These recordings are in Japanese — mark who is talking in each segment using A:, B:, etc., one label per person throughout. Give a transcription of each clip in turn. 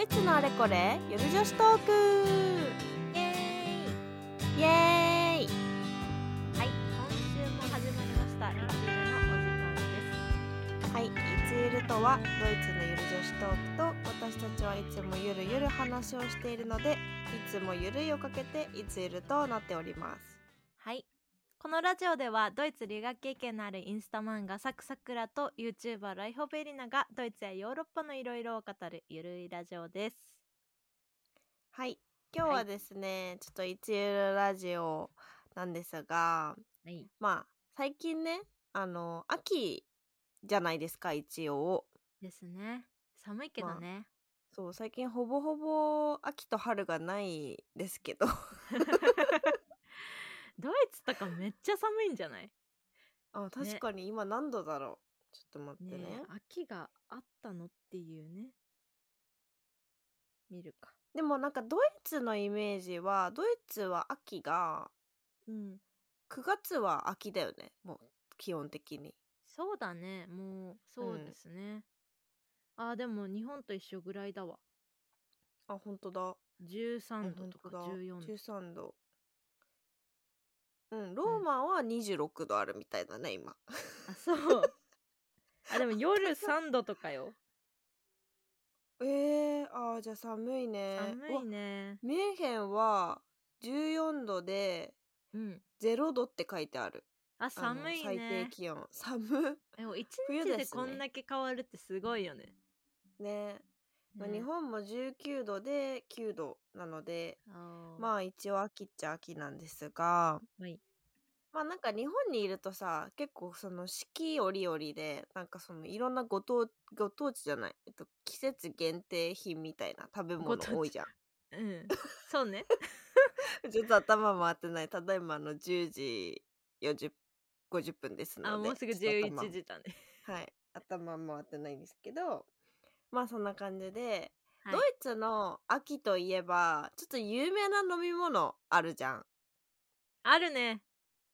A: イツのあれこれゆる女子トーク
B: イエーイ
A: イエーイ
B: はい、今週も始まりました。ゆるゆるのお時間です。
A: はい、いつゆるとはドイツのゆる女子トークと私たちはいつもゆるゆる話をしているのでいつもゆるいをかけていつゆるとなっております
B: はい。このラジオではドイツ留学経験のあるインスタ漫画サクサクラと YouTuber ライホベリナがドイツやヨーロッパのいろいろを語るゆるいラジオです。
A: はい、今日はですね、ちょっといつゆるラジオなんですが
B: はい。
A: まあ最近ねあの秋じゃないですか一応
B: ですね。寒いけどね。
A: そう最近ほぼほぼ秋と春がないですけど
B: ドイツとかめっちゃ寒いんじゃない
A: あ確かに今何度だろう、ちょっと待ってね
B: 秋があったのっていうね。見るか。
A: でもなんかドイツのイメージはドイツは秋が
B: うん。
A: 9月は秋だよねもう基本的に
B: そうだねもうそうですね、あーでも日本と一緒ぐらいだわ
A: あ本当だ
B: 13度
A: 本
B: と
A: 当
B: か
A: だ
B: 14度
A: 13度うんローマは26度あるみたいだね今
B: あそう あでも夜3度とかよ
A: えー、あーじゃあ寒いね
B: 寒いう
A: わ
B: ね
A: ミュンヘンは14度で
B: うん
A: 0度って書いてある
B: あ
A: あの
B: 寒い
A: 最
B: ね
A: 低気温 寒
B: でも1
A: 冬
B: 日
A: で
B: です
A: ね
B: こんだけ変わるってすごいよね
A: ねまあ
B: ね
A: 日本も19度で9度なので
B: あー
A: まあ一応秋っちゃ秋なんですが、
B: はい
A: まあなんか日本にいるとさ結構その四季折々でなんかそのいろんなご当ご当地じゃない、えっと、季節限定品みたいな食べ
B: ご当地
A: 物多いじゃん
B: うん そうね
A: ちょっと頭回ってないただいまあの10時40 50分ですので
B: あもうすぐ
A: ちょっと頭
B: 11時だね
A: はい頭回ってないんですけどまあそんな感じで、
B: はい
A: ドイツの秋といえばちょっと有名な飲み物あるじゃん
B: あるね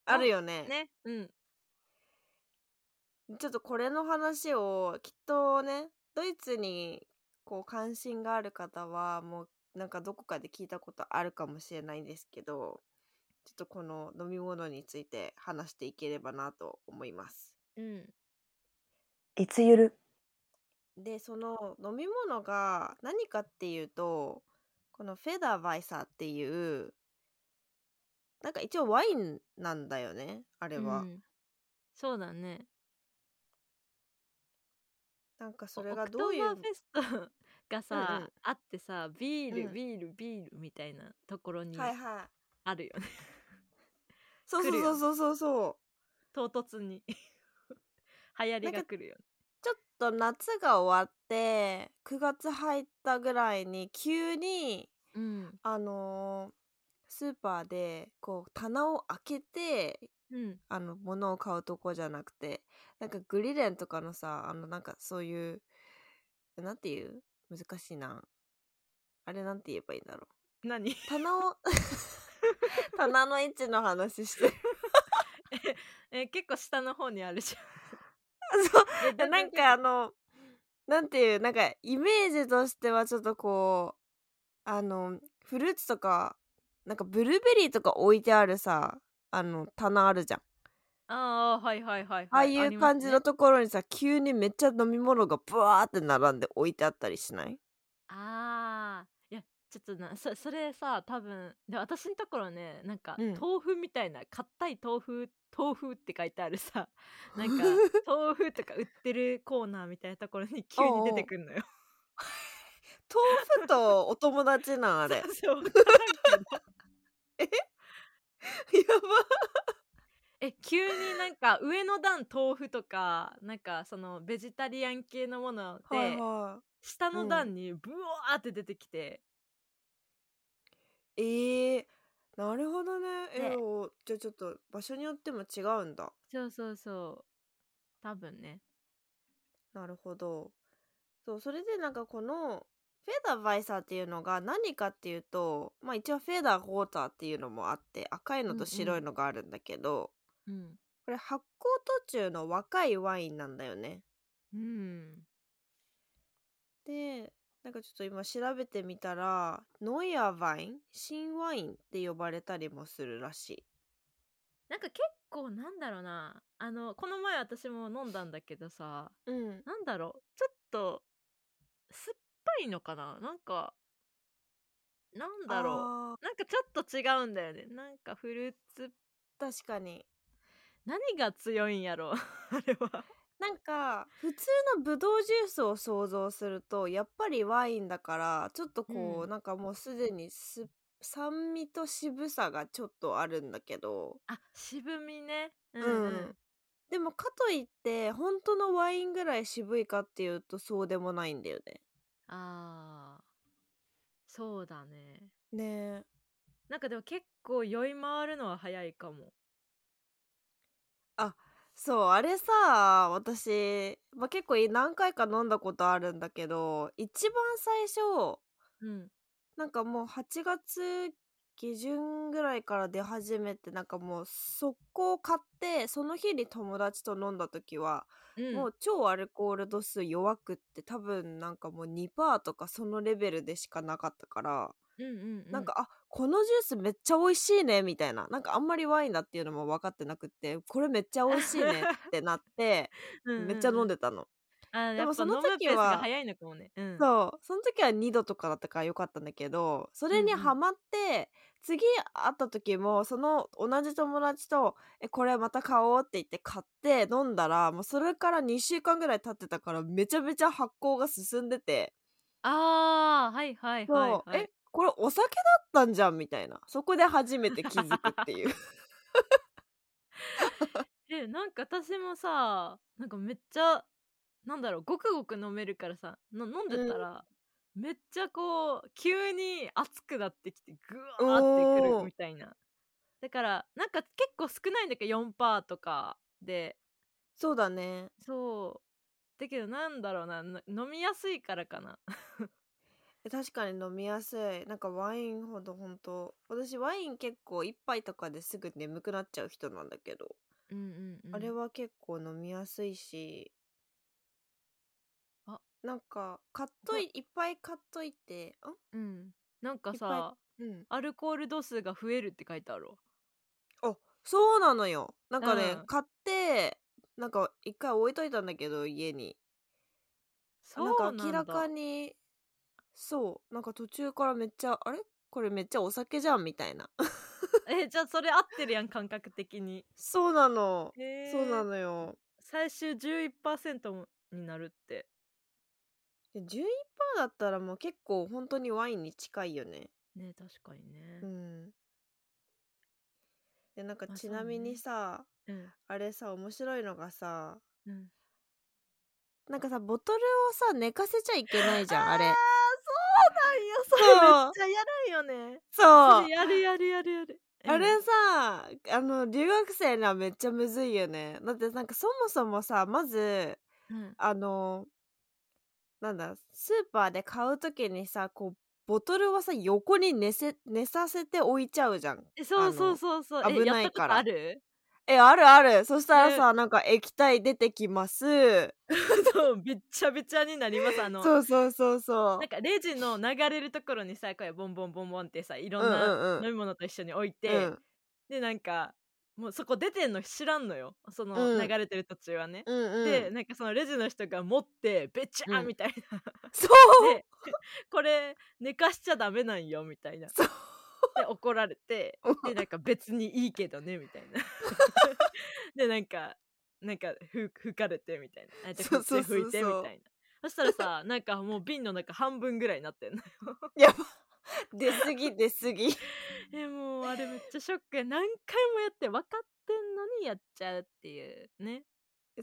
A: あるよね
B: ねうん
A: ちょっとこれの話をきっとねドイツにこう関心がある方はもうなんかどこかで聞いたことあるかもしれないんですけどちょっとこの飲み物について話していければなと思います。
B: うん
C: いつゆる。
A: でその飲み物が何かっていうとこのフェダーバイサーっていうなんか一応ワインなんだよねあれは、
B: うんそうだね
A: なんかそ
B: そ
A: れ
B: れ
A: が
B: が
A: どういう
B: オクトーバーフェストがさ、
A: うんうん
B: あってさビール、
A: うん
B: ビールビールみたいなところに
A: はいはい
B: あるよね、
A: そう
B: 来る
A: そ
B: よ
A: うそうそうそう
B: 唐突に 流行りが来るよね
A: ちょっと夏が終わって9月入ったぐらいに急に
B: うん
A: あのースーパーでこう棚を開けて
B: うん
A: あの物を買うとこじゃなくてなんかグリレンとかのさあのなんかそういうなんていう難しいなあれなんて言えばいいんだろ
B: 何
A: う棚を棚の位置の話してる
B: え結構下の方にあるじ
A: そう
B: ゃん
A: でなんかあのなんていうなんかイメージとしてはちょっとこうあのフルーツとかなんかブルーベリーとか置いてあるさあの棚あるじゃん、
B: ああはいはいはい、はい、
A: ああいう感じのところにさ、急にめっちゃ飲み物がブワーって並んで置いてあったりしない
B: ありますねあーいやちょっとなそそれさ多分で私のところねなんか、
A: うん
B: 豆腐みたいな硬い豆腐豆腐って書いてあ るさなんか豆腐とか売ってるコーナーみたいなところに急に出てくんのよ。
A: 豆腐とお友達なんあれや
B: そうわからんけどえ急になんか上の段豆腐とかなんかそのベジタリアン系のもの
A: ば
B: で、
A: はいは
B: 下の段にブワーって出てきて、
A: いえー、なるほどねえ
B: ね
A: ーじゃあちょっと場所によっても違うんだ
B: そうそうそう多分ね
A: なるほど。そう、それでなんかこの、フェーダーバイサーっていうのが何かっていうと、まあ一応フェーダーウォーターっていうのもあって、赤いの
B: うんう
A: と
B: ん
A: 白いのがあるんだけど、
B: うん、
A: これ発酵途中の若いワインなんだよね。
B: うん、
A: で、なんかちょっと今調べてみたらノイアワイン新ワインって呼ばれたりもするらしい
B: なんか結構なんだろうなあのこの前私も飲んだんだけどさ
A: うん
B: なんだろうちょっと酸っぱいのかななんかなんだろ
A: あ
B: うなんかちょっと違うんだよねなんかフルーツ
A: ー確かに
B: 何が強いんやろ あれは
A: なんか普通のブドウジュースを想像するとやっぱりワインだからちょっとこう、
B: うん
A: なんかもうすでにす酸味と渋さがちょっとあるんだけど、
B: あ渋みねう
A: うんでもかといって本当のワインぐらい渋いかっていうとそうでもないんだよね。
B: あーそうだね
A: ねえ
B: なんかでも結構酔い回るのは早いかも
A: そうあれさ私、まあ、結構い何回か飲んだことあるんだけど一番最初
B: うん
A: なんかもう8月下旬ぐらいから出始めてなんかもう速攻買ってその日に友達と飲んだ時は、
B: うん
A: もう超アルコール度数弱くって多分なんかもう2%とかそのレベルでしかなかったから、
B: うんうんう
A: なんかあこのジュースめっちゃ美味しいねみたいななんかあんまりワインだっていうのも分かってなくってこれめっちゃ美味しいね ってなってめっちゃ飲ん
B: で
A: でたの。
B: あ
A: で
B: で
A: も
B: も
A: そ
B: そ
A: の
B: の時は飲むペース
A: 時は
B: が早いのかもねうん
A: そうその時は2度とかだったから良かったんだけどそれに
B: うんうん
A: ハマって、次会った時もその同じ友達と「えこれまた買おう」って言って買って飲んだらもうそれから2週間ぐらい経ってたからめちゃめちゃ発酵が進んでて
B: ああはいはいはい
A: そう
B: はい
A: えこれお酒だったんじゃんみたいなそこで初めて気づくっていう
B: えなんか私もさなんかめっちゃなんだろうごくごく飲めるからさの飲んでたら、めっちゃこう急に熱くなってきてグワーってく
A: おー
B: るみたいなだからなんか結構少ないんだけど4%とかで
A: そうだね
B: そうだけどなんだろうなな飲みやすいからかな
A: え確かに飲みやすいなんかワインほど本当私ワイン結構一杯とかですぐ眠くなっちゃう人なんだけど
B: うんうん、うん、
A: あれは結構飲みやすいし、
B: あ
A: なんか買っといいっぱい買っといて
B: うんなんか
A: いっぱ
B: さ
A: んうん
B: アルコール度数が増えるって書いてあるわ
A: あそうなのよなんかね、
B: うん
A: 買ってなんか一回置いといたんだけど家に
B: そ
A: なんか明ら
B: だ
A: かにそうなんか途中からめっちゃあれこれめっちゃお酒じゃんみたいな
B: えじゃあそれ合ってるやん感覚的に
A: そうなの、
B: へー
A: そうなのよ
B: 最終11%になるって
A: で11%だったらもう結構本当にワインに近いよね
B: ね確かにね
A: うんでなんか
B: まあ
A: ち
B: そう
A: なみ
B: ね
A: にさ、
B: うん
A: あれさ面白いのがさ
B: うん
A: なんかさボトルをさ寝かせちゃいけないじゃんあ
B: あ
A: れ
B: ーそう
A: そう
B: なんよそれめっちゃやるんよね
A: そ
B: そうれやるやるやるやる
A: あれさあの留学生にはめっちゃむずいよねだってなんかそもそもさまず
B: うんうん
A: あのなんだスーパーで買う時にさこうボトルをさ横に寝せ寝させて置いちゃうじゃん
B: えそうそうそうそうえ
A: 危ないから
B: やったことある
A: えあるあるそしたらさ、なんか液体出てきます
B: そうびっちゃびちゃになりますあの
A: そうそうそうそう
B: なんかレジの流れるところにさこうやボンボンボンボンってさいろん
A: うんうんう
B: なん飲み物と一緒に置いて、
A: うん
B: でなんかもうそこ出てんの知らんのよそ
A: うん
B: の流れてる途中はね、
A: うんうん、
B: でなんかそのレジの人が持ってべちゃ
A: う
B: ー
A: ん
B: みたいな、
A: そう
B: でこれ寝かしちゃダメなんよみたいな
A: そう
B: で怒られてでなんか別にいいけどねみたいな でなんかなんかふ吹かれてみたいなあじゃあ
A: そ
B: こ
A: う
B: っち
A: そうそうそう
B: 吹いてみたいなそしたらさなんかもう瓶の中半分ぐらいに なってんの
A: やば出すぎ出す ぎ
B: えもうあれめっちゃショックや何回もやって分かってんのにやっちゃうっていうね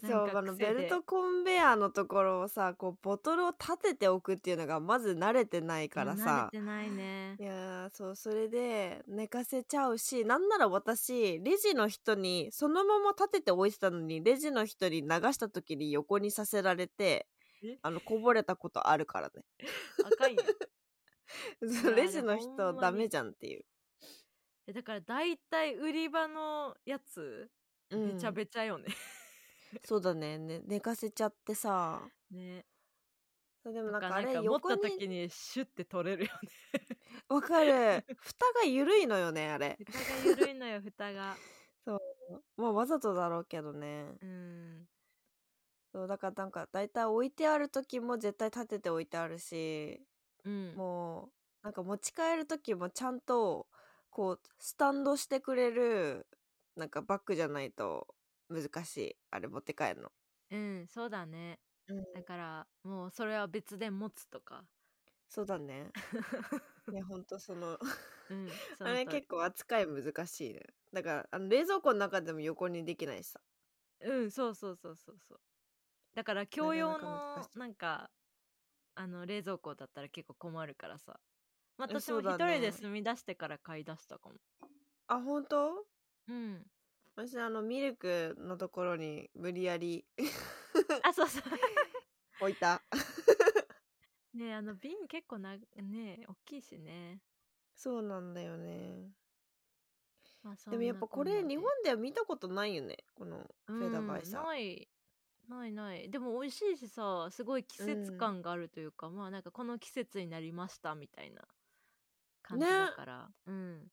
A: そう
B: なんか
A: あの
B: 癖
A: ベ
B: で
A: ルトコンベヤーのところをさこうボトルを立てておくっていうのがまず慣れてないからさ
B: 慣れてないね
A: いやーそうそれで寝かせちゃうしなんなら私レジの人にそのまま立てて置いてたのにレジの人に流した時に横にさせられて
B: え
A: あのこぼれたことあるからね
B: 赤いんやや
A: レジの
B: でも
A: 人
B: ほんまに
A: ダメじゃんっていう、
B: えだから大体売り場のやつ
A: うん
B: べちゃべちゃよね。
A: そうだねね寝かせちゃってさ
B: ね。
A: そうでもな
B: な
A: んん
B: か
A: かあ
B: なん
A: れ
B: か持っ
A: 横
B: た
A: に
B: 時にシュッて取れるよね
A: わか る蓋が緩いのよねあれ
B: 蓋が緩いのよ蓋が
A: まあわざとだろうけどね
B: うん
A: そうだからなんか大体置いてある時も絶対立てて置いてあるし
B: うん
A: もうなんか持ち帰る時もちゃんとこうスタンドしてくれるなんかバッグじゃないと難しいあれ持って帰るの。
B: うんそうだね
A: うん
B: だからもうそれは別で持つとか
A: そうだね。いやほんとその
B: うんその
A: あれ
B: 通り
A: 結構扱い難しいね。だからあの冷蔵庫の中でも横にできないしさ。
B: うんそうそうそうそうそうだから共用の
A: 難しい
B: なんかあの冷蔵庫だったら結構困るからさまあ
A: うん
B: 私
A: そ
B: も
A: うだ
B: 一人
A: ね
B: で住み出してから買い出したかも
A: あ本当
B: うん
A: 私あのミルクのところに無理やり
B: あそうそう
A: 置いた。
B: ねえあの瓶結構なねえ大きいしね
A: そうなんだよね。
B: まあそ
A: でも
B: ん
A: やっ
B: な
A: ぱ
B: こ
A: こ
B: んな
A: れ
B: で
A: 日本では見たことないよねこのフェダバイさ。
B: うんないないないでも美味しいしさすごい季節
A: うん
B: 感があるというか、まあなんかこの季節になりましたみたいな感じ
A: ね
B: だから、うん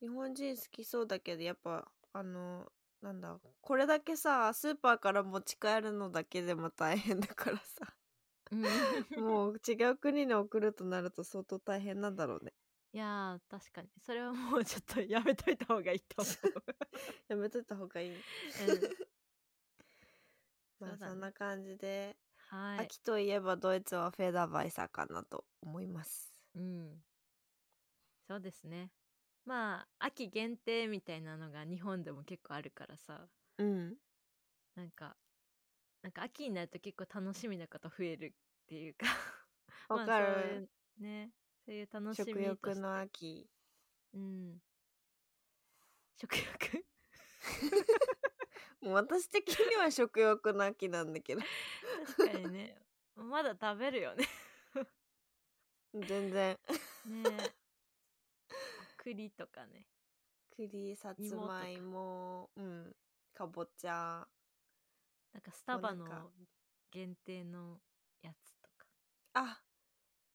A: 日本人好きそうだけどやっぱあのなんだこれだけさスーパーから持ち帰るのだけでも大変だからさ
B: うん
A: もう違う国に送るとなると相当大変なんだろうね
B: いやー確かにそれはもうちょっとやめといた方がいいと思
A: やめといた方がいい
B: う、うん
A: まあ
B: そう
A: そ,、
B: だね
A: んな感じで、
B: はい、
A: 秋といえばドイツはフェダーバイサーかなと思います
B: うん、そうですねまあ秋限定みたいなのが日本でも結構あるからさ
A: うん
B: なんかなんか秋になると結構楽しみなこと増えるっていうか ま
A: わ
B: あ
A: かる、
B: そういうねそういう楽しみとし
A: 食
B: て
A: 欲の秋
B: うん食欲
A: もう私的には食欲の秋なんだけど
B: 確かにねまだ食べるよね
A: 全然
B: ね栗とかね
A: 栗さつ
B: 芋とか
A: まいもうんかぼちゃ
B: なんかスタバの
A: もうなんか
B: 限定のやつとか
A: あ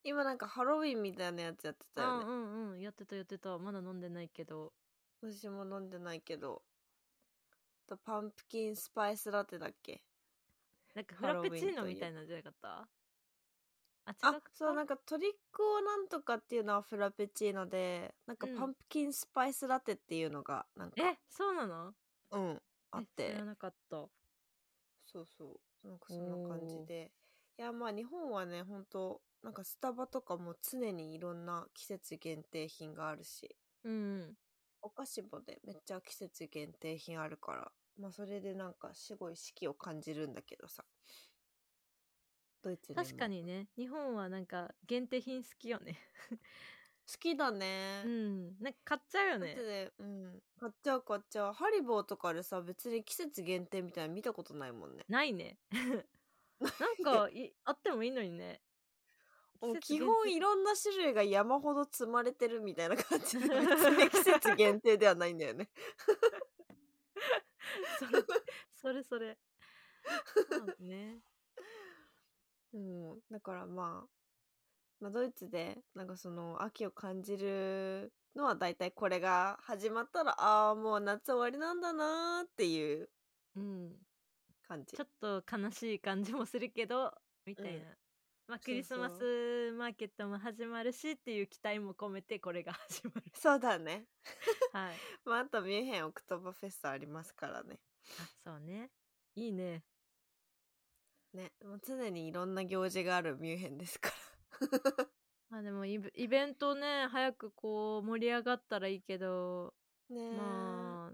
A: 今なんかハロウィンみたいなやつやってたよね、
B: うんうんうんやってたやってたまだ飲んでないけど
A: 私も飲んでないけどあとパンプキンスパイスラテだっけ
B: なんかフ
A: ハ
B: ラ
A: ロウィ
B: ペ
A: ン
B: チーノ
A: という
B: みたいなんじゃなかったあ違
A: あ
B: った
A: そうなんかトリックオーなんとかっていうのはフラペチーノでなんか
B: うん
A: パンプキンスパイスラテっていうのがなんか、
B: えそうなの
A: うんあっ
B: え知
A: て
B: らなかった
A: そうそうなんかそんな感じでいやまあ日本はねほんとなんかスタバとかも常にいろんな季節限定品があるし
B: うん
A: お菓子もねめっちゃ季節限定品あるからまあそれでなんかすごい四季を感じるんだけどさドイツも
B: 確かにね日本はなんか限定品好きよね
A: 好きだね
B: うんなんか買っちゃうよ
A: だっ
B: ね
A: てねうん買っちゃう買っちゃうハリボーとかでさ別に季節限定みたいなの見たことないもんね
B: ないね なんかいあってもいいの にね
A: もう
B: 季
A: 基
B: 節限
A: 本
B: 定
A: いろんな種類が山ほど積まれてるみたいな感じで 別に季節限定ではないんだよね
B: それそれそれそうなんだね
A: うんだからまあまあドイツでなんかその秋を感じるのは大体これが始まったらああもう夏終わりなんだなーって いう
B: うん
A: 感じ
B: ちょっと悲しい感じもするけどみたいな、
A: うん
B: まあ
A: そうそう
B: クリスマスマーケットも始まるしっていう期待も込めてこれが始まる
A: そうだね
B: はい
A: まああとミュンヘンオクトーバーフェストありますからね
B: あそうねいいね
A: ねもう常にいろんな行事があるミュンヘンですから
B: まあでもイベイベントね早くこう盛り上がったらいいけど
A: ねえ、
B: まあ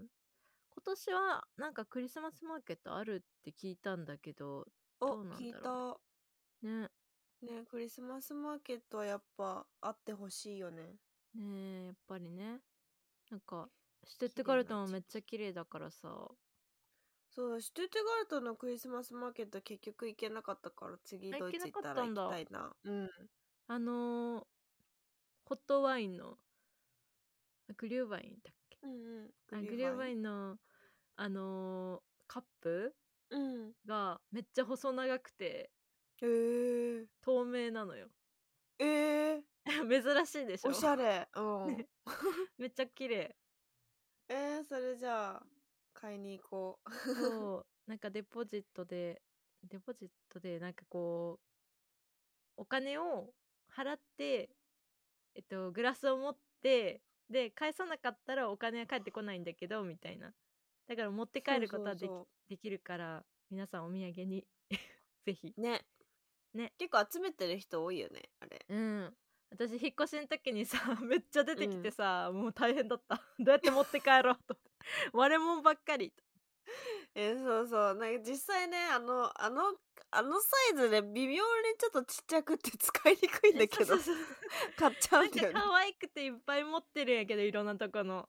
B: 今年はなんかクリスマスマーケットあるって聞いたんだけどど
A: お
B: うなんだろう
A: 聞いた
B: ねね
A: ねクリスマスマーケットはやっぱあってほしいよね
B: ねえやっぱりねなんかしてってかれたも
A: 綺麗な時期
B: めっちゃ綺麗だからさ
A: そうだシュトゥーテガルトのクリスマスマーケット結局行けなかったから次
B: あ
A: ドイツ行ったら行きたいなうん
B: あのー、ホットワインのあグリューバインだっけ
A: うん
B: あ
A: うん
B: グリューバインのあのーカップ
A: うん
B: がめっちゃ細長くて
A: えー、
B: 透明なのよ
A: えー、
B: 珍しいでしょ
A: おしゃれ。うん
B: ね。めっちゃ 綺麗
A: えー、それじゃあ、買いに行こう。
B: そうなんかデポジットでデポジットでなんかこうお金を払ってえっとグラスを持ってで返さなかったらお金は返ってこないんだけどみたいなだから持って帰ることはでき
A: そうそうそ
B: できるから皆さんお土産に ぜひ
A: うね。
B: ね。
A: 結構集めてる人多いよね、あれ。
B: うん私引っ越しの時にさ めっちゃ出てきてさ、もう大変だった どうやって持って帰ろうと割れもんばっかり
A: えー、そうそう。なんか実際ね、あの、あの、あのサイズで微妙にちょっとちっちゃくて使いにくいんだけど
B: そう、そうそう
A: 買っちゃう
B: なんんか
A: だよね。
B: 可愛くていっぱい持ってるんやけどいろんなとこ の。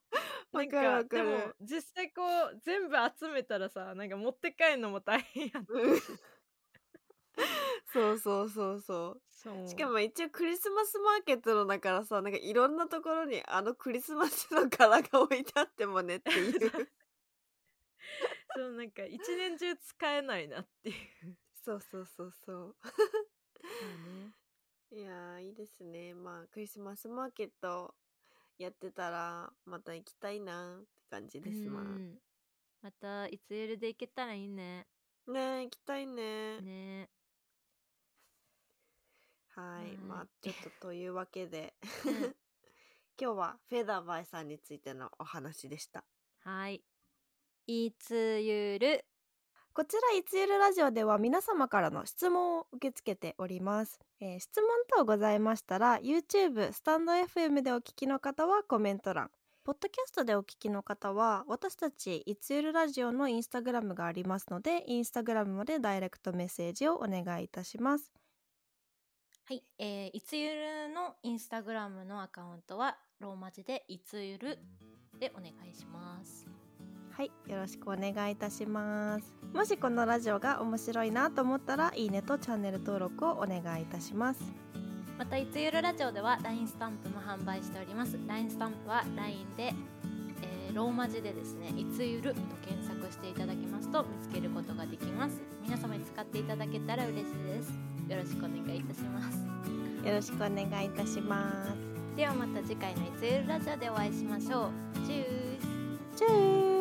B: な
A: わ
B: ん
A: かるわか
B: で
A: る
B: も実際こう全部集めたらさなんか持って帰るのも大変やん
A: うん そうそうそうそ
B: そう。
A: う。しかも一応クリスマスマーケットのだからさ、なんかいろんなところにあのクリスマスの柄が置いてあってもねっていう
B: そうなんか一年中使えないなっていう。
A: そうそうそうそ
B: ね、
A: う。 いやー、いいですね。まあクリスマスマーケットやってたらまた行きたいなって感じですわ。
B: またいつゆるで行けたらいいね。
A: ねー行きたいね。
B: ね。
A: はい。
B: はい
A: まあちょっとというわけで、 今日はフェダーバイさんについてのお話でした。
B: はい。いつゆる。
A: こちらいつゆるラジオでは皆様からの質問を受け付けております、えー質問等ございましたら YouTube スタンド FM でお聞きの方はコメント欄ポッドキャストでお聞きの方は私たちいつゆるラジオのインスタグラムがありますのでインスタグラムまでダイレクトメッセージをお願いいたします
D: はい、えー、いつゆるのインスタグラムのアカウントはローマ字でいつゆるでお願いします。
A: はいよろしくお願いいたしますもしこのラジオが面白いなと思ったらいいねとチャンネル登録をお願いいたします
D: またいつゆるラジオでは LINE スタンプも販売しております。LINE スタンプは LINE で、えーローマ字でですね、いつゆると検索していただきますと見つけることができます。皆様に使っていただけたら嬉しいです。よろしくお願いいたします。
A: よろしくお願いいたします
D: ではまた次回のいつゆるラジオでお会いしましょう。チュース。
A: チュー